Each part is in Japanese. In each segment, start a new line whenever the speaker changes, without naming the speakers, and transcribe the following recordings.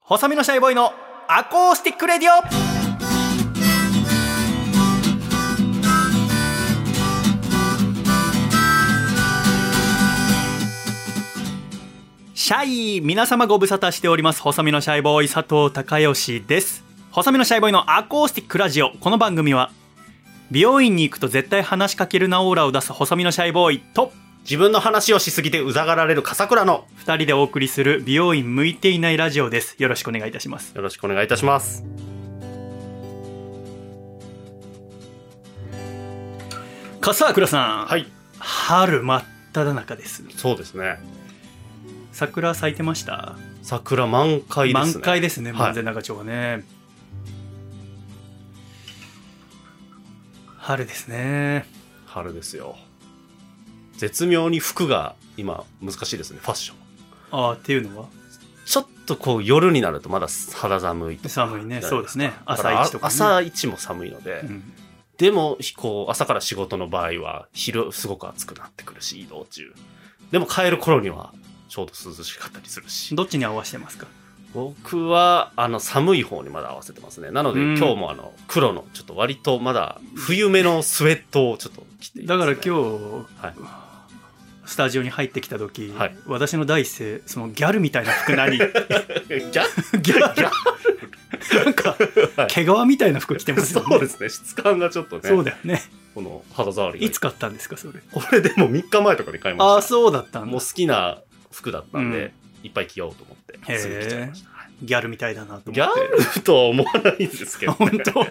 細身のシャイボーイのアコースティックレディオシャイ皆様ご無沙汰しております細身のシャイボーイ佐藤孝義です細身のシャイボーイのアコースティックラジオこの番組は美容院に行くと絶対話しかけるなオーラを出す細身のシャイボーイと
自分の話をしすぎてうざがられる笠倉の
2人でお送りする美容院向いていないラジオですよろしくお願いいたします
よろしくお願いいたします
笠倉さん、
はい
春真っ只中です
そうですね
桜咲いてました
桜満開ですね
満開ですね
はい
門前仲町はね、春ですね
春ですよ絶妙に服が今難しいですねファッション
ああっていうのは
ちょっとこう夜になるとまだ肌寒いとか
寒いねそうですね
だから
朝一とか、ね、
朝一も寒いので、
うん
でもこう朝から仕事の場合は昼すごく暑くなってくるし移動中でも帰る頃にはちょうど涼しかったりするし
どっちに合わせてますか
僕はあの寒い方にまだ合わせてますねなので、
うん
今日もあの黒のちょっと割とまだ冬目のスウェットをちょっと着ていま
だ
すね、
から今日、
はい
スタジオに入ってきた時、
はい
私の第一声そのギャルみたいな服何 ギ
日 ギャ
ャルなんか
はい
毛皮みたいな服着てますよね
そうですね質感がちょっとね
そうだよね
この肌触りが
いつ買ったんですかそれ
これでも3日前とかに買いました
ああそうだったんだ
もう好きな服だったんで、いっぱい着ようと思ってすぐ着ちゃいました、はい
ギャルみたいだなと思って
ギャルとは思わないんですけど、ね、
本当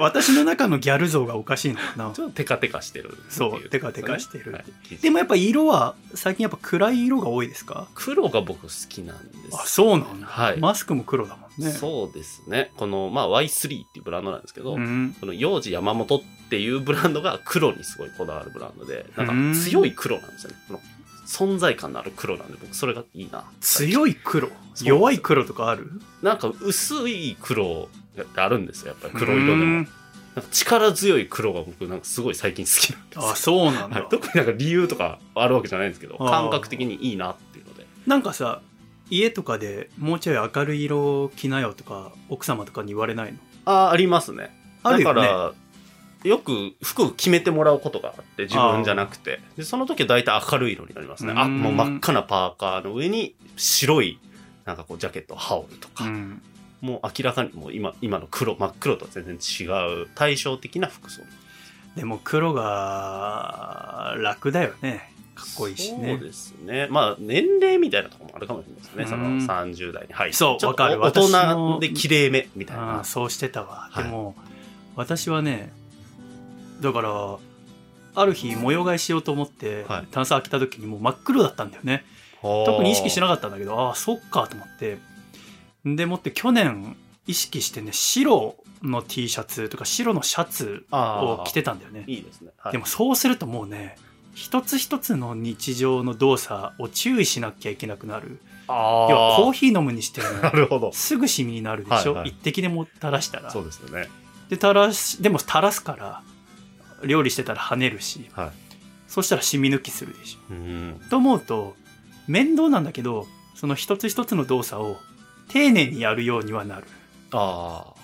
私の中のギャル像がおかしいのかな
ちょっとテカテカしてるってい
そうテカテカしてる
はい
でもやっぱ色は最近やっぱ暗い色が多いですか
黒が僕好きなんです
あそうなんだ、
はい
マスクも黒だもんね
そうですね。この、まあ、Y3 っていうブランドなんですけど、
ん、
この幼児山本っていうブランドが黒にすごいこだわるブランドで、な
うん
んか強い黒なんですよね。この存在感のある黒なんで、僕それがいいな。
強い黒
す
弱い黒とかある
なんか薄い黒があるんですよ、やっぱり黒色でも。
うん
なんか力強い黒が僕なんかすごい最近好きなんですよ
あそうなんだ、
はい、特になんか理由とかあるわけじゃないんですけど、
あー
感覚的にいいなっていうので。
なんかさ家とかでもうちょい明るい色を着なよとか奥様とかに言われないの
あーありますね。
あるよね
だからよく服決めてもらうことがあって自分じゃなくてでその時は大体明るい色になりますね
う
あ
ん
もう真っ赤なパーカーの上に白いなんかこうジャケット羽織とか、
うん
もう明らかにもう今今の黒真っ黒とは全然違う対照的な服装か
でも黒が楽だよねかっこいいしね
そうですねまあ年齢みたいなところもあるかもしれないですねその
うん
30代に入って
そう
ちょっと
わかる
大
私
人
も
で綺麗めみたい
あ
な
あそうしてたわ、
はい
でも私はねだからある日模様替えしようと思って、
はい
炭酸開けた時にもう真っ黒だったんだよね特
特
に意識しな
かっ
かったんだけどああそっかと思ってでもって去年意識してね白の T シャツとか白のシャツ
た
を着てたんだよね
いいですね、はい
でもそうするともうね一つ一つの日常の動作を注意しなきゃいけなくなる
あ
要はコー
ヒ
ヒー飲むにして も、
ーなるほど
すぐシミになるでしょ、
はいはい
一滴でも垂らしたら
そうですよね
で垂らしでも垂らすから料理してたら跳ねるし
はい
そしたら染み抜きするでし
うん
ょと思うと面倒なんだけどその一つ一つの動作を丁寧にやるようにはなる
ああ、は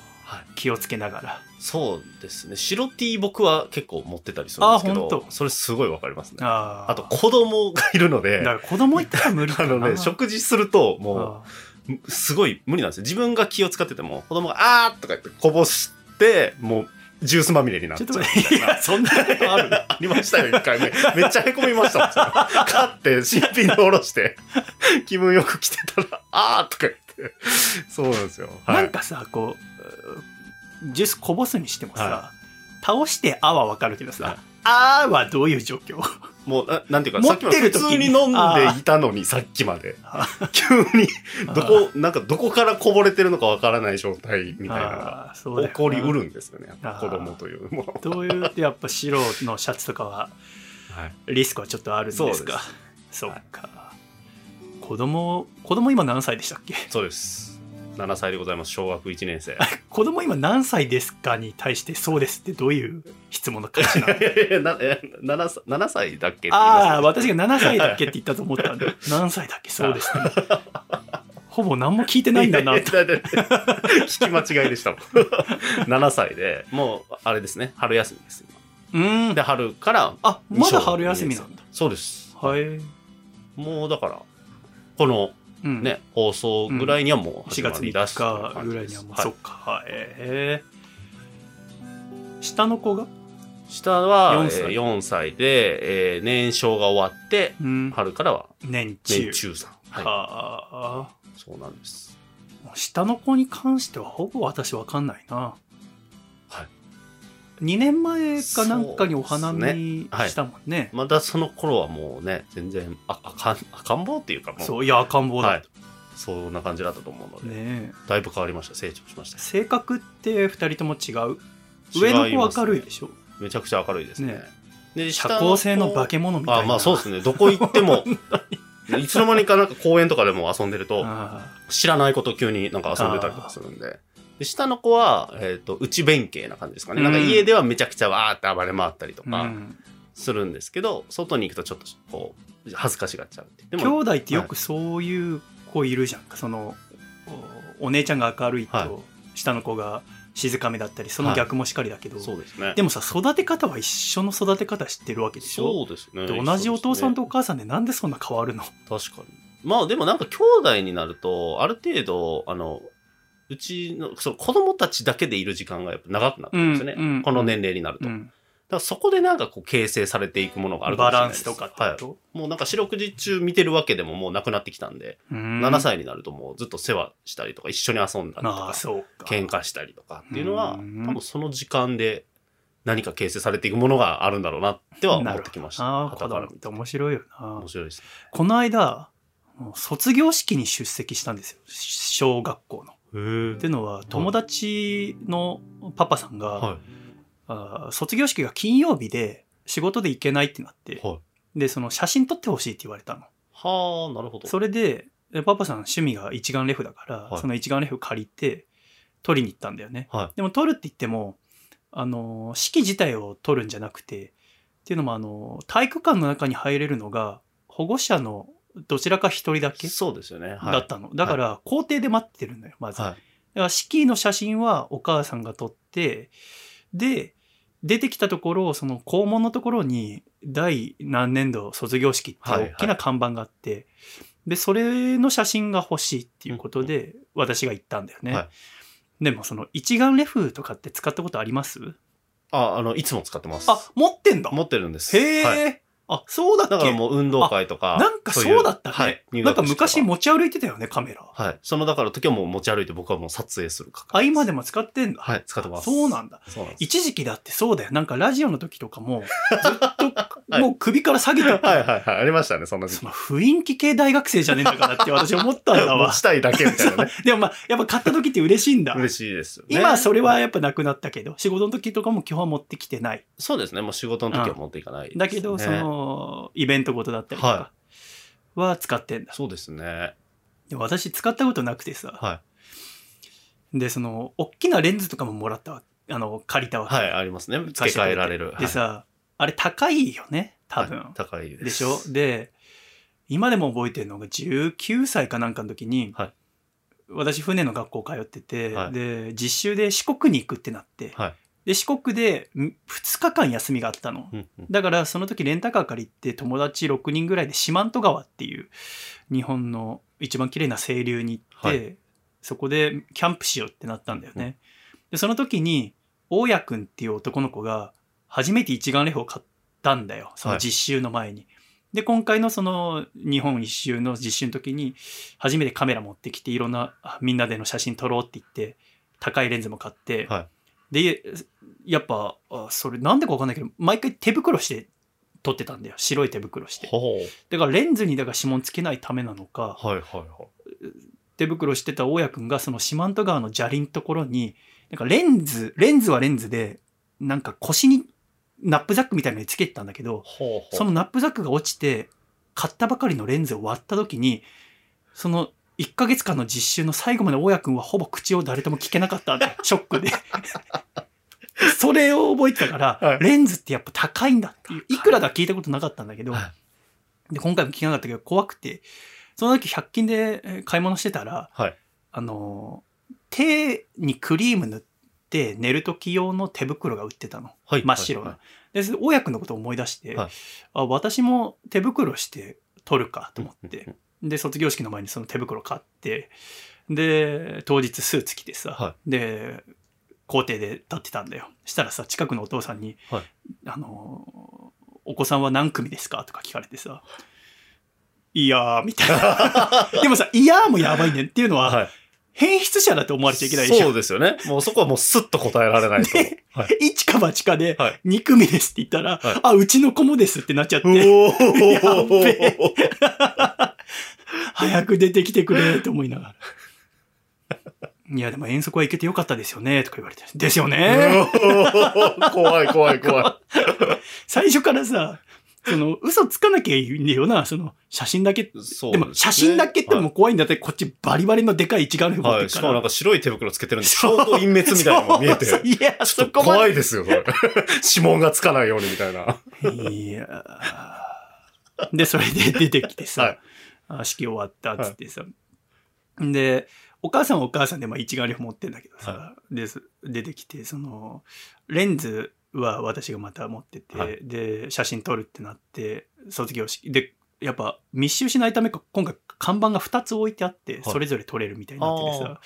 い。
気をつけながら
そうですね。白 T 僕は結構持ってたりするんですけ
あ本
ど
当、
それすごいわかりますね。あ
あー
と子供がいるの
だ
で
か、ら子供いったら無理
あ
だな
のね、食事するとも
あ
う、すごい無理なんですよ。自分が気を使ってても、子供が、あーとか言ってこぼして、もう、ジュースまみれになっ
ー
ち
ちょ
ゃう
っと待っていやそんなことある
ありましたよ、一回目。めっちゃへこみましたもんそれ。買って、新品でおろして、 気分よく着てたら、あーとか言って。そうなんですよ。は
ないん。かさこううジュースこぼすにしてもさ、
は
倒して「あ」はわかるけどさ、
はい
あ」はどういう状 況
もうな、なんていうか、
持
さ
っ
ってき
る
ま
時
で
に
普通に飲んでいたのに、さっきまで。急に、どこ、なんかどこからこぼれてるのかわからない状態みたいなのが、
あーそうだよ
起
な
こりうるんですよね、やっぱ
あー
子供というもの
どういうやっぱ白のシャツとかは
は。はい。
リスクはちょっとあるんですかそ
そうです
っか、子供子供今何歳でしたっけ
そうです。7歳でございます、小学1年生。
子供今何歳ですかに対してそうですってどういう質問の返しなの
なえ 7, 歳7歳だ っけって言いましたね
ああ私が7歳だっけって言ったと思ったんで何歳だっけそうですねほぼ何も聞いてないんだなと
いやいやいや聞き間違いでしたもん。7歳で、もう、あれですね、春休みです。
うーん
で、春から、
あまだ春休みなんだ
そうです。
はい、う
もうだから、この
ん、
ね、放送ぐらいにはもう
4
始
月
まり
3
だし、
日ぐらいにはもう、
は
そっかえー、下の子が
下は
4
4
歳
歳,、4歳で、えー年少が終わって、
うん
春からは
年中
年中さん。は
あ
い。そうなんです。
あ下の子に関してはほぼ私わかんないな
はい
2年前かなんかにお花
そうです
見
はい
したもんね
まだその頃はもうね、全然、あ赤ん、 赤ん坊っていうかもう、
そういや赤ん坊だ、
はい。そんな感じだったと思うので、
ねえ
だいぶ変わりました。成長しました。
性格って2人とも違う上の子は明るい
違ます
でしょ
ねめちゃくちゃ明るいですね。
ね
で、
社
下の子
交性の化け物みたいな
あ、まあそうですね。どこ行っ ても、いつの間にかなんか公園とかでも遊んでると、
ああ
知らないこと急になんか遊んでたりとかするんで。で下の子は、えっ、と、内弁慶な感じですかね。なんか
うん
家ではめちゃくちゃわーって暴れ回ったりと
う
か
ん
するんですけど、外に行くとちょっとこう、恥ずかしがっちゃうっていう。で
兄弟ってよくそういう子いるじゃんかそのおお姉ちゃんが明るいと、
はい
下の子が静かめだったりその逆もしかりだけど、
そうですね。
でもさ育て方は一緒の育て方知ってるわけでしょ
そうですね。
で同じお父さんと
と。
お母さんでなんでそんな変わるの、
確かに。まあでもなんか兄弟になると、ある程度、あの、うちの、その子供たちだけでいる時間がやっぱ長くなってるんですよね。
うんうん
この年齢になると。
う
だ
ん
からそこでなんかこう形成されていくものがあるか
バ
もしれ
ラ
ない
ン
で
ス
す
とかってこ
はい。もうなんか四六時中見てるわけでももうなくなってきたんで、
と、うん
7歳になるともうずっと世話したりとか、一緒に遊んだりと
まあ
か、
そうか
喧嘩したりとかっていうのは、
うん
多分その時間で何か形成されていくものがあるんだろうなっては思ってきました。
なるほ
傍
ど
か
な
ら
子供って面白いよな
面白いですね。
この間卒業式に出席したんですよ小学校の。っていうのは友達のパパさんが、
は
あー卒業式が金曜日で仕事で行けないってなって、
は
でその写真撮ってほしいって言われたの
い。はあ、なるほど。
それででパパさん趣味が一眼レフだから、
はい
その一眼レフ借りて撮りに行ったんだよね、
はい
でも撮るって言ってもあのー式自体を撮るんじゃなくてっていうのもあのー体育館の中に入れるのが保護者のどちらか一人だけ
そうですよね。はい、
だったの、だから校庭で待ってるんだよまず、
はい。
だから式の写真はお母さんが撮ってで出てきたところその校門のところに第何年度卒業式っていう大きな看板があって、でそれの写真が欲しいっていうことで私が行ったんだよね、
は
でもその一眼レフとかって使ったことあります
あ、あの、いつも使ってます。
あ持ってんだ
持ってるんです。
へえ、
はい
あそうだっけ
だからもう運動会とか。
なんかそうだったね、
そういうはい。
なんか昔
入学式と
持ち歩いてたよねカメラ
かはい。その、だから時はもう持ち歩いて僕はもう撮影するか
あ今でも使ってんだ、
はい、使ってます。
そうなんだ
そうなんです。
一時期だってそうだよ。なんかラジオの時とかも、ずっと、
はい
もう首から下げてた、
はいはいはい。ありましたね、そんな時
そ
期。
の雰囲気系大学生じゃねえんだからって私思ったんだわ
持。ちたいだけみ たいなね。
でもまあ、やっぱ買った時って嬉しいんだ。
嬉しいですよね。
今それはやっぱなくなったけど、仕事の時とかも基本は持ってきてない。
そうですね。もう仕事の時は持っていかないですね、
だけど、その、イベントごとだったりとか
は
は使ってんだ。
そうですね。
でも私使ったことなくてさ。
は
で、その、大きなレンズとかももらったわ。あの、借りた
い。
わけ。
はい、ありますね。付け替えられる。
でさ、あれ高いよね、多
はい、
分。
はい高いです。
でしょで今でも覚えてるのが19歳かなんかの時に、
はい
私船の学校通ってて、
はい
で実習で四国に行くってなって、
はい
で四国で2日間休みがあったの
うんうん。
だからその時レンタカー借りて友達6人ぐらいで四万十川っていう日本の一番綺麗な清流に行って、そこでキャンプしようってなったんだよね。でその時に大家くんっていう男の子が初めて一眼レフを買ったんだよその実習の前に。で今回のその日本一周の実習の時に初めてカメラ持ってきていろんなあみんなでの写真撮ろうって言って高いレンズも買って、
は
でやっぱあそれなんでか分かんないけど毎回手袋して撮ってたんだよ白い手袋して
ほ
だからレンズにだから指紋つけないためなのか
う。はいはいは
手袋してた大家くんがその四万十川の砂利のところになんかレンズレンズはレンズでなんか腰にナップザックみたいなのにつけてたんだけど
い。ほうほう。
そのナップザックが落ちて、買ったばかりのレンズを割った時に、その1ヶ月間の実習の最後まで大家くんはほぼ口を誰とも聞けなかったん で、ショックで。それを覚えてたから、
はい
レンズってやっぱ高いんだっていう、いくらだ聞いたことなかったんだけど、
は
で今回も聞けなかったけど怖くて、その時100均でえー買い物してたら、
はい
あのー手にクリーム塗って寝る時用の手袋が売ってたの。
はい
真っ白な
はい
で、それで大家君のことを思い出して、
はい
あ私も手袋して取るかと思っ
うんうん
て、で、卒業式の前にその手袋買って、で、当日スーツ着てさ、
は
で、校庭で立ってたんだよ。したらさ、近くのお父さんに、
はい
あのーお子さんは何組ですかとか聞かれてさ、いやー、みたい な。でもさ、いやーもやばいねんっていうのは、
はい
変質者だと思われちゃいけないでし
そ
ょ
う。ですよね。もうそこはもうスッと答えられな いと。
で
はい。
一か八かで
はい、
2組ですって言ったら、
はい
あ、うちの子もですってなっちゃっ
お
て、
ー
やっべ早く出てきてくれと思いなが ら。いや、でも遠足は行けてよかったですよねとか言われて。ですよね
おー 怖い怖い怖
最初からさ、その、嘘つかなきゃいいんだよな、その、写真だけ。で
い。そう
も、写真だけってもう怖いんだって、こっちバリバリのでかい一眼レフ持っ
は
てる
い。し
か。
からもなんか白い手袋つけてるんで、相当隠滅みたいなのも見えて。
そうそういや、
ちょっ
そ
と
こまで
怖いですよ、それ。指紋がつかないようにみたいな。
いやー で、それで出てきてさ、
はい
あ式終わったっつってさ、で、お母さんはお母さんで、まあ、一眼レフ持ってんだけどさ、
は
です出てきて、その、レンズは私がまた持ってて、
はい
で、写真撮るってなって、卒業式。で、やっぱ密集しないためか、今回看板が2つ置いてあって、
い
それぞれ撮れるみたいになっててさ、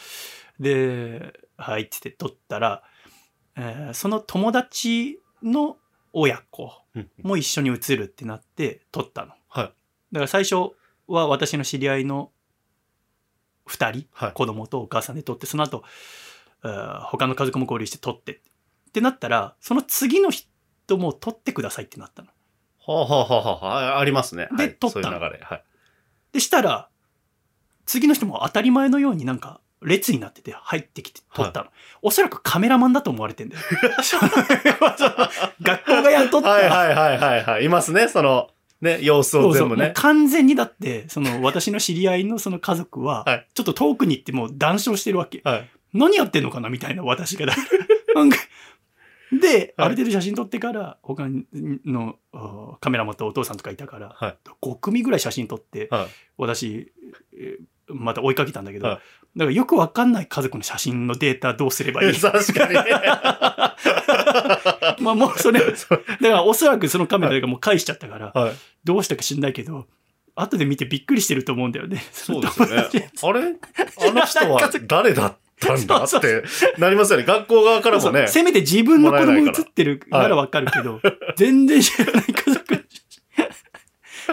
で、はいっつって撮ったら、えーその友達の親子、も一緒に移るってなって撮ったの。
はい
だから最初は私の知り合いの2人、
はい
子供とお母さんで撮って、その後、えー他の家族も合流して撮ってってなったら、その次の人も撮ってくださいってなったの。
はあ、はあはあはあ、ありますね。
で
はい
撮った
そう
の
いう流れ。はい。
で、したら、次の人も当たり前のようになんか列になってて入ってきて撮ったの。おそらくカメラマンだと思われてんだよ。 その学校が雇った、
はいはいはいはいはい。いますね、その、ね、様子を全部
もう
ね。
完全にだって、その私の知り合いのその家族は、
はい
ちょっと遠くに行ってもう談笑してるわけ。
はい。
何やってんのかなみたいな私が。 なんかで、
はい
ある程度写真撮ってから、他のあカメラ持ったお父さんとかいたから、
はい
5組ぐらい写真撮って、
はい
私、えまた追いかけたんだけど、
はい
だからよくわかんない家族の写真のデータどうすれ ばいい
確かに。
まあもうそれ、だからおそらくそのカメラがもう返しちゃったから、
はい。
どうしたか知んないけど、後で見てびっくりしてると思うんだよね。
そうですよ
友達
ね。あれあの人は誰だったん だっ
そうそ
てなりますよね。学校側からも
そ
ね
う。せめて自分の子供映ってるならわかるけ ど、全然知らない家族。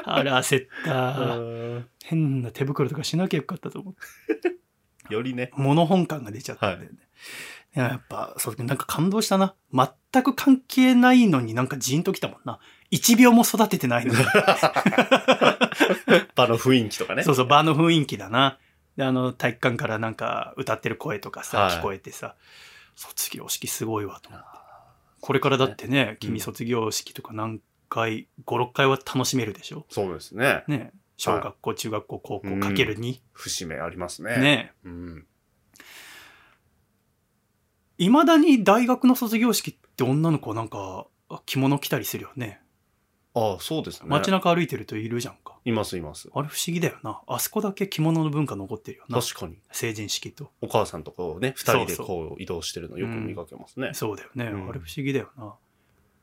あら、焦った。
うん
変な手袋とかしなきゃよかったと思う。
より ね。
物本感が出ちゃったんだよね。いややっぱ、そう、なんか感動したな。全く関係ないのになんかジーンときたもんな。一秒も育ててないのに。
場の雰囲気とかね。
そうそう、場の雰囲気だな。で、あの、体育館からなんか歌ってる声とかさ、
はい
聞こえてさ、卒業式すごいわと思って。これからだってね、君卒業式とか何回、5、6回は楽しめるでしょ
そうですね。
ね。小学校、中学校、高
う
校
ん
かける2。
節目ありますね。
ね。
うん。
いまだに大学の卒業式って女の子はなんか着物着たりするよね。
ああ、そうですね。
街中歩いてるといるじゃんか。
いますいます。
あれ不思議だよな。あそこだけ着物の文化残ってるよな。
確かに。
成人式と。
お母さんとかをね、二
そうそう
人でこう移動してるのよく見かけますね。
そうだよね、
うん
あれ不思議だよな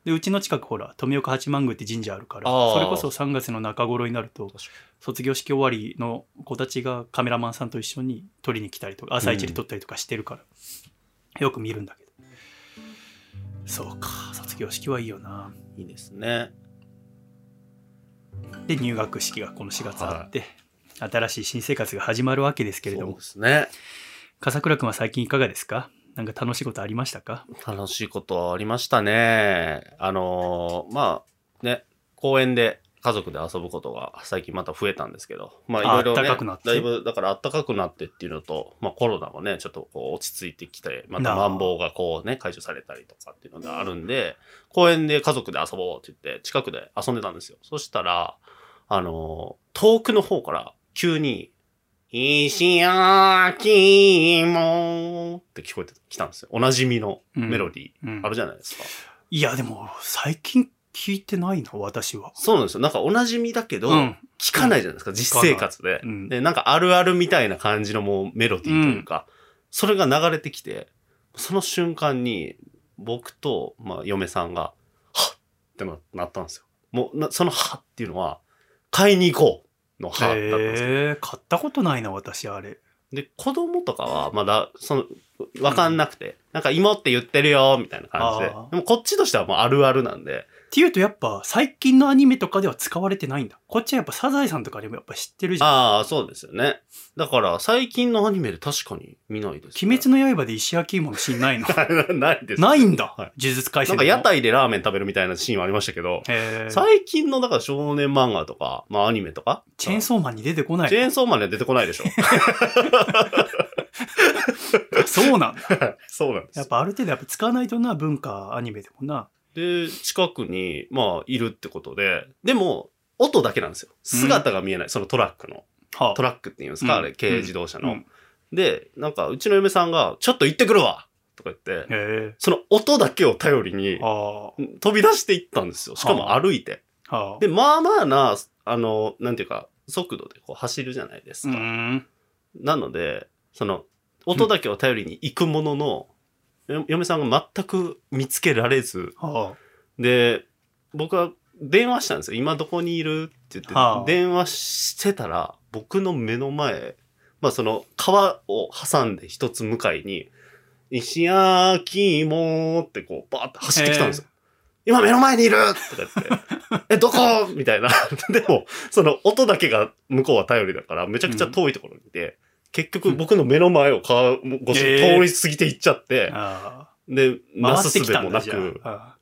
でうちの近くほら富岡八幡宮って神社あるから
あー
それこそ3月の中頃になると
確か
卒業式終わりの子たちがカメラマンさんと一緒に撮りに来たりとか朝一で撮ったりとかしてるから、よく見るんだけどそうか卒業式はいいよな
に。いいですね。
で入学式がこの4月あって、新しい新生活が始まるわけですけれど
そう
も
ですね。
笠倉君は最近いかがですかなんか楽しいことありましたか
楽しいことはありましたね。あのーまあ、ね、公園で家族で遊ぶことが最近また増えたんですけど、まあ、い
あ
ろいろ、ね、
暖かくなって
だいぶ、だから暖かくなってっていうのと、まあ、コロナもね、ちょっとこう落ち着いてきて、また
なあ
マンボウがこうね、解除されたりとかっていうのがあるんで、公園で家族で遊ぼうって言って、近くで遊んでたんですよ。そしたら、あのー遠くの方から急に、石焼きもって聞こえてきたんですよ。おなじみのメロディー。
うん
あるじゃないですか。
いやでも最近聞いてないな、私は。
そうなんですよ。なんかお馴染みだけど、
うん。
聞かないじゃないですか、実生活で
う。ん。
で、なんかあるあるみたいな感じのもうメロディーというか、それが流れてきて、その瞬間に僕と、まあ、嫁さんが、はっってななったんですよ。もうな、そのはっっていうのは、買いに行こうのはっだったんですよ。
へえ、買ったことないな、私、あれ。
で、子供とかはまだ、その、わかんなくて、なんか芋って言ってるよ、みたいな感じで
あ。ー
でもこっちとしてはもうあるあるなんで、
っていうとやっぱ最近のアニメとかでは使われてないんだ。こっちはやっぱサザエさんとかでもやっぱ知ってるじゃん。
ああ、そうですよね。だから、最近のアニメで確かに見ないです、
鬼滅の刃で石焼き芋のシーン ないの
滅ないです。
ないんだ。
はい
呪術改
な
正
んか屋台でラーメン食べるみたいなシーンはありましたけど、
えー、
最近のだから少年漫画とか、まあアニメとか、
チェーンソーマンに出てこな
チェ
い。
ーンソーマンでは出てこない でしょ。
そうなんだ。
そうなんで
やっ
す。
ぱある程度やっぱ使わないとな、文化、アニメでもな。
で、近くに、まあ、いるってことで、でも、音だけなんですよ。姿が見えない、そのトラックの。
は
トラックっていうんですか、あ
う
れ、
ん
軽自動車
う
の。
ん
で、なんか、うちの嫁さんが、ちょっと行ってくるわとか言って、
へえ
その音だけを頼りに、
は
飛び出していったんですよ。しかも歩いて。
あ。はあ。
で、まあまあな、あの、なんていうか、速度でこう走るじゃないです
う
か。
ーん。
なので、その、音だけを頼りに行くものの、よ嫁さんが全く見つけられず、
は
で、僕は電話したんですよ。今どこにいるって言って、
はあ
電話してたら、僕の目の前、まあその川を挟んで一つ向かいに、石焼き芋ってこうバーって走ってきたんですよ。今目の前にいるとか言 って、え、どこみたいな。 でも、その音だけが向こうは頼りだから、めちゃくちゃ遠いところにいて、結局僕の目の前を川越し
え
に
ー
通り過ぎていっちゃって
あ。、あ
で、
あ。
な
回
す
って
す
き
べ
た
も
んだ
な
じゃ
く、
あ。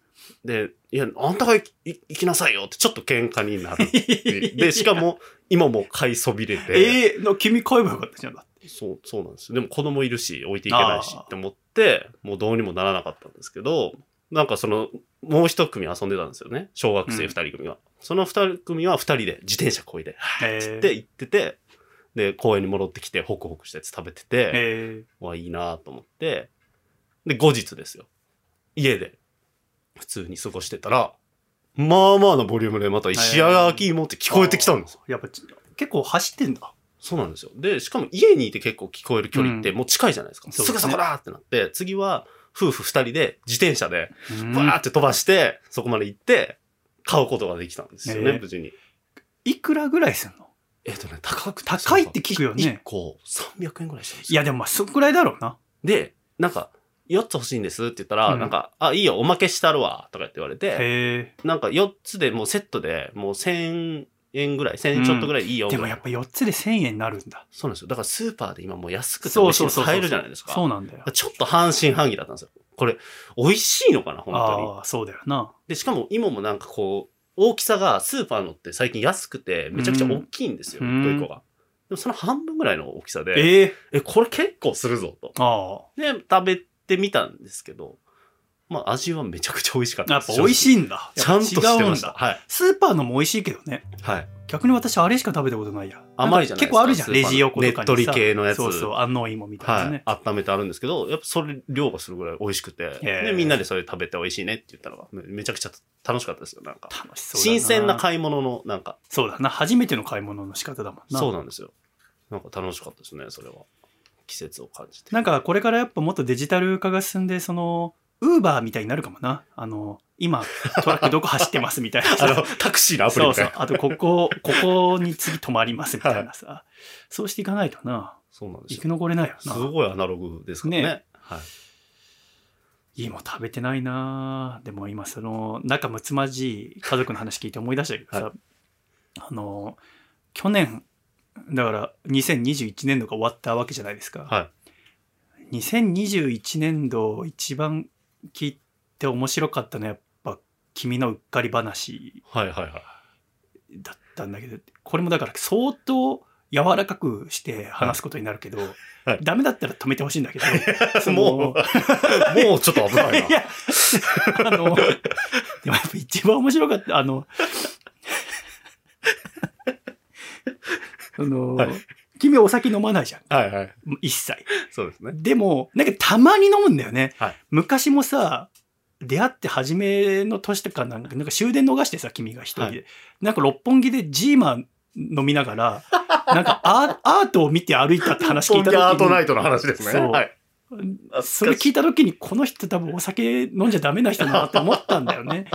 で、いや、あんたが行き行きなさいよって、ちょっと喧嘩になるって いう。
で
で、しか。も、今もう買いそびれて、
ええの君買えばよかったじゃんだって。
そう、そうなんですよ。でも子供いるし、置いていけないし
あー
って思って、もうどうにもならなかったんですけど、なんかその、もう一組遊んでたんですよね。小学生二人組が。その二人組は二人で自転車こいで、
え
つって行ってて、で、公園に戻ってきて、ホクホクしたやつ食べてて、
え
わ、いいなと思って、で、後日ですよ。家で、普通に過ごしてたら、まあまあなボリュームでまた石焼き芋って聞こえてきたんですよ。
えやっぱち結構走ってんだ。
そうなんですよ。で、しかも家にいて結構聞こえる距離って
うん
もう近いじゃないですか。
そうですす
ぐ
ね
そこだってなって、次は夫婦二人で自転車で
うん
バーって飛ばして、そこまで行って、買うことができたんですよね、
ええ
無事に。
いくらぐらいすんの
えっ、とね、高く
高いって聞くよね
1個300円ぐらいしたんです
い
よ
やでもまあそんくらいだろうな。
で、なんか、4つ欲しいんですって言ったら、
うん
なんか、あ、いいよ、おまけしたるわ、とか言って言われて、
へ
なんか4つでもうセットでもう1000円ぐらい、1000円ちょっとぐらいいいよ、
え。でもやっぱ4つで1000円になるんだ。
そうなんですよ。だからスーパーで今もう安くて美
そう
味しい
そう
の
そうそう
買えるじゃないですか。
そうなんだよ。
ちょっと半信半疑だったんですよ。これ、美味しいのかな、本当に。
ああ、そうだよな。
で、しかも今もなんかこう、大きさがスーパーのって最近安くて、めちゃくちゃ大きいんですよ、
う
一
ん
個一個が。でもその半分ぐらいの大きさで、
ええ。
え、これ結構するぞ、と。
あ
で、食べてみたんですけど、まあ味はめちゃくちゃ美味しかっ
あ。
た
やっ
です
ぱ美味しいんだ。
正直ちゃんとしてまし
違
た。
うんだ。
はい。
スーパーのも美味しいけどね。
はい。
逆に私あれしか食べたことないや。
甘いじゃないで
結
すか
構あるじゃん。
スーパー
レ
の
ジ横とかにさ。
ねっとり系のやつ
そうそう、安納芋みたいな
は
ね
い。。温めてあるんですけど、やっぱそれ量がするぐらい美味しくて、
へー
で、みんなでそれ食べて美味しいねって言ったのが、めめちゃくちゃ楽しかったですよ、なんか。
楽しそうだな。
新鮮な買い物の、なんか、
そうだな。初めての買い物の仕方だもんな。
そうなんですよ。なんか楽しかったですね、それは。季節を感じて。
なんかこれからやっぱもっとデジタル化が進んで、その、ウーバーみたいになるかもな。あの、今、トラックどこ走ってますみたいな
あ
さ。
の、タクシーのアプリ
そ
み
う
た
そ
いうな。。
あと、ここ、ここに次止まりますみたいなさ。そうしていかないとな、
そうなんです
生
よ
き。残れないよ
す
な。
ごいアナログですからね。
ね
はい。
いいもん食べてないなでも今、その、仲睦まじい家族の話聞いて思い出したけどさ、
は
あの、去年、だから2021年度が終わったわけじゃないですか。
は
2021年度一番聞いて面白かったのはやっぱ「君のうっかり話
はいはいはい。」
だったんだけどこれもだから相当柔らかくして話すことになるけど、
はい
ダメだったら止めてほしいんだけ どその
もう、もうちょっと危ないな。
いやあのでもやっぱ一番面白かったあ のあの、
はい
君お酒飲まないじゃん
はいはい。
一切
そうですね。
でも、なんかたまに飲むんだよね。
はい
昔もさ、出会って初めの年とかなんか、なんか終電逃してさ、君が一人で。
は
なんか六本木でジーマ飲みなが ら、なんかアーアートを見て歩いたって話聞い
本
た
気アートナイ
時
トの話ですね。
そう
はい。
に、
あ
それ聞いた時にこの人多分お酒飲んじゃダメな人だなって思ったんだよ ね。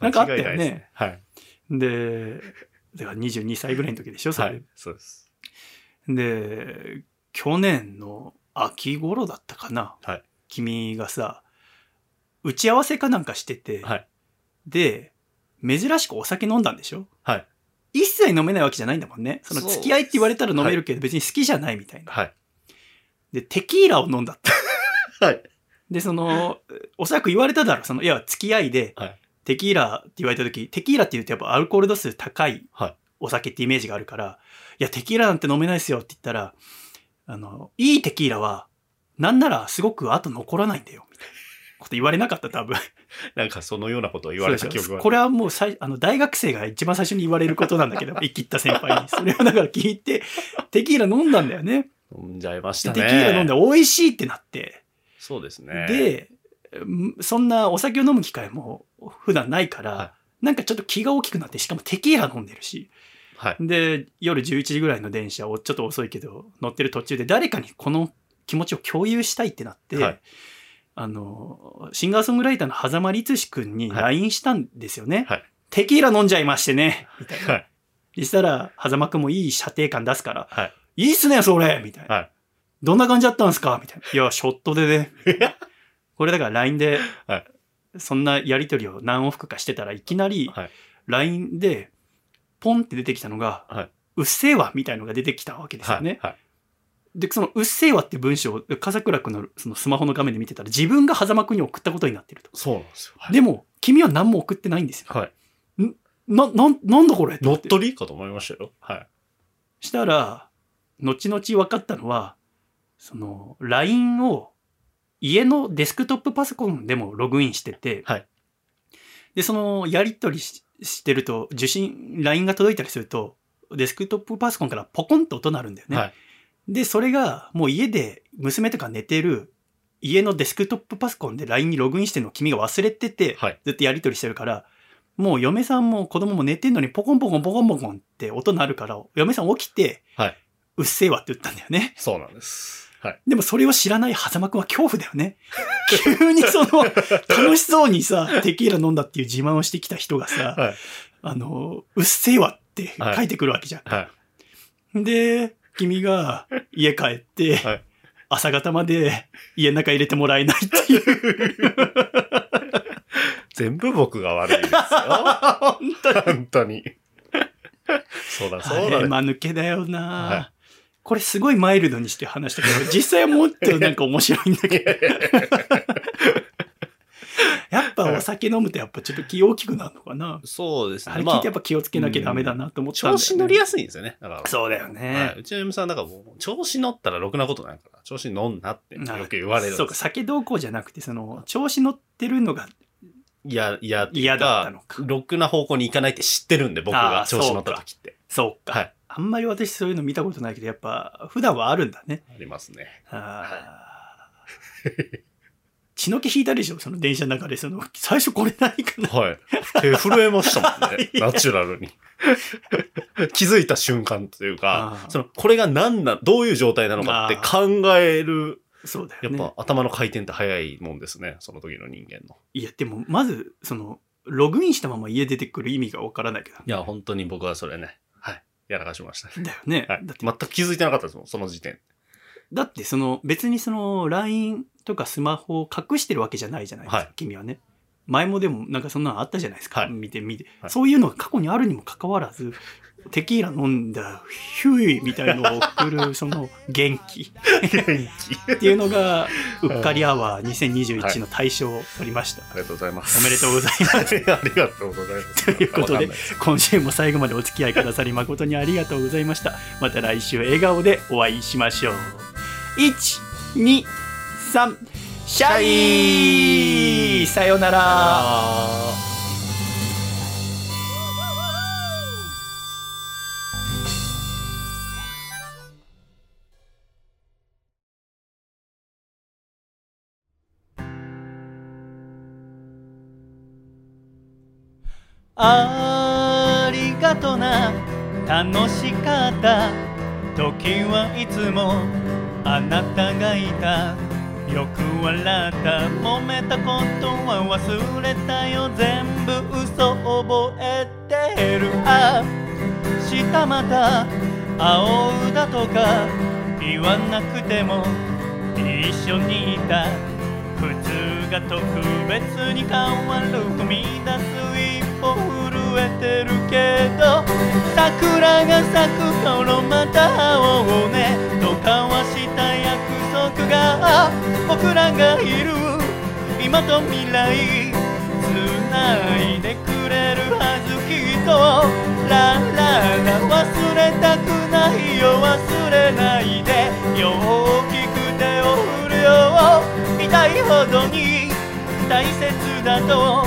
なんかあったよね
間違いないです。はい。
で、だから22歳ぐらいの時でしょ、それ。
はい。そうです。
で、去年の秋頃だったかな。
はい
君がさ、打ち合わせかなんかしてて、
はい
で、珍しくお酒飲んだんでしょ
はい。
一切飲めないわけじゃないんだもんね。その
そう
付き合いって言われたら飲めるけど別に好きじゃないみたいな。
はい。
で、テキーラを飲んだって。
はい。
で、その、おそらく言われただろう。その、いや、付き合いで
はい、
テキーラって言われた時、テキーラって言うとやっぱアルコール度数高い
はい
お酒ってイメージがあるから、いや、テキーラなんて飲めないですよって言ったら、あの、いいテキーラは、なんならすごく後残らないんだよ。みたいなこと言われなかった、多分。
なんかそのようなことを言われた記
そうでし
憶
ょ
が。
こ
れ
れはもうさいあの大学生が一番最初に言われることなんだけ ど、生きった先輩に。それをだから聞いて、テキーラ飲んだんだよね。
飲んじゃいまし
で
た
テ
ね。
キーラ飲んで美味しいってなって。
そうですね。、
で、うんそんなお酒を飲む機会も普段ないから、
は
なんかちょっと気が大きくなって、しかもテキーラ飲んでるし。
はい。
で、夜11時ぐらいの電車をちょっと遅いけど、乗ってる途中で誰かにこの気持ちを共有したいってなって、
はい
あの、シンガーソングライターの狭間律志くんに
はい
LINE したんですよね。
はい
テキーラ飲んじゃいましてね。みたいな。
はい。
そしたら、狭間くんもいい射程感出すから、
はい。
いいっすね、それみたいな。
はい
どんな感じだったんですかみたいな。いや、ショットでね。 これだから LINE で
はい、
そんなやりとりを何往復かしてたらいきなり
はい、
LINE で、ポンって出てきたのが、
はいう
っせぇわみたいのが出てきたわけですよね。
はい。
で、そのうっせぇわって文章を、笠倉くんのそのスマホの画面で見てたら、自分が狭間くんに送ったことになってると。
そうなんですよ。はい。
でも、君は何も送ってないんですよ。
はい、
な、なん、なんだこれ
乗っ取りかと思いましたよ。はい。
したら、後々分かったのは、その、LINE を家のデスクトップパソコンでもログインしてて、
はい
で、その、やり取りししてると、受信、LINE が届いたりすると、デスクトップパソコンからポコンと音鳴るんだよね。
はい
で、それが、もう家で、娘とか寝てる、家のデスクトップパソコンで LINE にログインしてるのを君が忘れてて、
はい。
ずっとやり取りしてるから、もう嫁さんも子供も寝てんのにポコンポコンポコンポコンって音鳴るから、嫁さん起きて、
はいう
っせぇわって言ったんだよね。
そうなんです。はい。
でもそれを知らない狭間くんは恐怖だよね。 急にその、楽しそうにさ、テキーラ飲んだっていう自慢をしてきた人がさ、
はい
あの、うっせぇわって書いてくるわけじゃん。
はい。
で、君が家帰って、
はい
朝方まで家の中入れてもらえないっていう。
全部僕が悪いですよ。本当に。本当に。そうだ、そう
あれ、
だ、ね。
間抜けだよな、
は
これすごいマイルドにして話したけど、実 際はもっとなんか面白いん だけど。やっぱお酒飲むとやっぱちょっと気大きくなるのかな。
そうです
あ
ね。
れ
ま
聞い
あ
てやっぱ気をつけなきゃダメだなと思ったんだよ、ね
調子乗りやすいんですよね。だから。
そうだよね。
はい、うちの嫁さん、なんかもう、調子乗ったらろくなことないから、調子乗んなってよ
なる
く言われるんです
そうか、酒どうこうじゃなくて、その、調子乗ってるのが
いや、いや、
嫌だったのか。
ろくな方向に行かないって知ってるんで、僕
あ
が
ー
調子乗った時って。
そうか。
はい。
あんまり私そういうの見たことないけど、やっぱ、普段はあるんだね。
ありますね。
あ ー血の気引いたでしょその電車の中で、その、最初これ何かな
はい。手震えましたも んね。
いや
ナチュラルに。 気づいた瞬間というか
あ、ー
その、これが何な、どういう状態なのかって
あ
考える、
そうだよ
やっ
ね。
ぱ頭の回転って早いもんですね。その時の人間の。
いや、でも、まず、その、ログインしたまま家出てくる意味がわからないけど。
いや、本当に僕はそれね、はい。やらかしましたね。
だよね。
はい。
だって、
全く気づいてなかったですもん、その 時点。
だってその、別にその、LINE とかスマホを隠してるわけじゃないじゃないですか、
はい
君はね。前もでも、なんかそんなのあったじゃないですか。
はい
見て見て、
はい
そういうのが過去にあるにもかかわらず、テキーラ飲んだ、ヒューイみたいのを送る、 その、元気。
元気。
っていうのが、うっかりアワー2021の大賞を取りました。
ありがとうございます。
おめでとうございます。
ます。 ありがとうございます。
ということで
わかんないす
今週も最後までお付き合いくださり誠にありがとうございました。また来週笑顔でお会いしましょう。1、2、3、シャイさよなら。
あー
ありがとな楽しかった時はいつもあなたがいたよく笑った揉めたことは忘れたよ全部嘘覚えてるあしたまた青だとか言わなくても一緒にいた普通が特別に変わる踏み出す一歩震えてるけど桜が咲く頃また会おうねと交わした約束が僕らがいる今と未来つないでくれるはずきっとラララ忘れたくないよ忘れないでよ大きく手を振るよ痛いほどに大切だと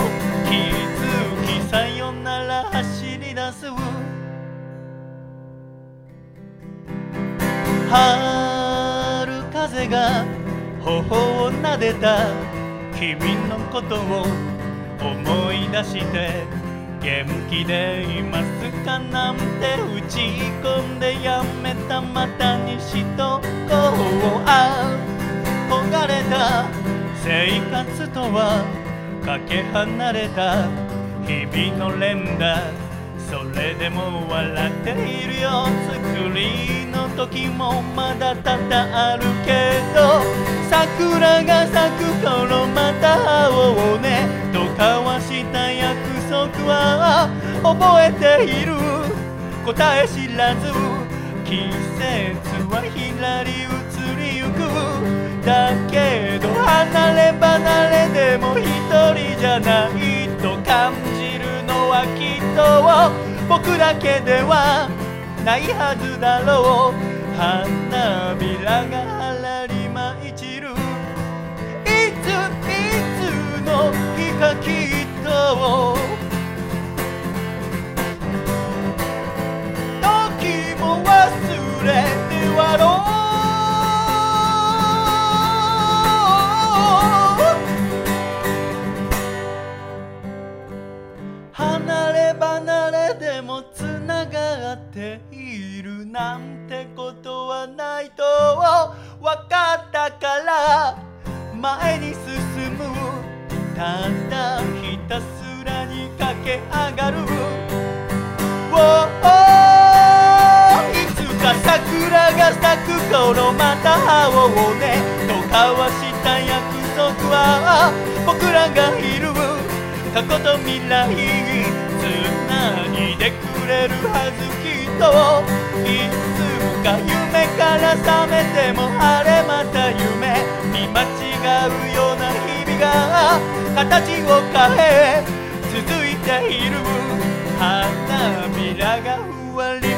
気づきさよなら走り出す春風が頬を撫でた君のことを思い出して元気でいますかなんて打ち込んでやめたまたにしとこうあ憧れた生活とはかけ離れた日々の連打それでも笑っているよ作りの時もまだ多々あるけど桜が咲く頃また会おうねと交わした約束は覚えている答え知らず季節はひらり移りゆくだけど離れ離れでも一人じゃないと感じるのはきっと僕だけではないはずだろう花びらがはらり舞い散るいついつの日かきっと時も忘れて笑ろう離れ離れでもつながっているなんてことはないと分かったから前に進むただひたすらに駆け上がる「いつか桜が咲く頃また会おうね」「と交わした約束は僕らがいる」「過去と未来つないでくれるはずきっと」「いつか夢から覚めてもあれまた夢」「見間違うような日々が形を変え」続いている花びらがふわり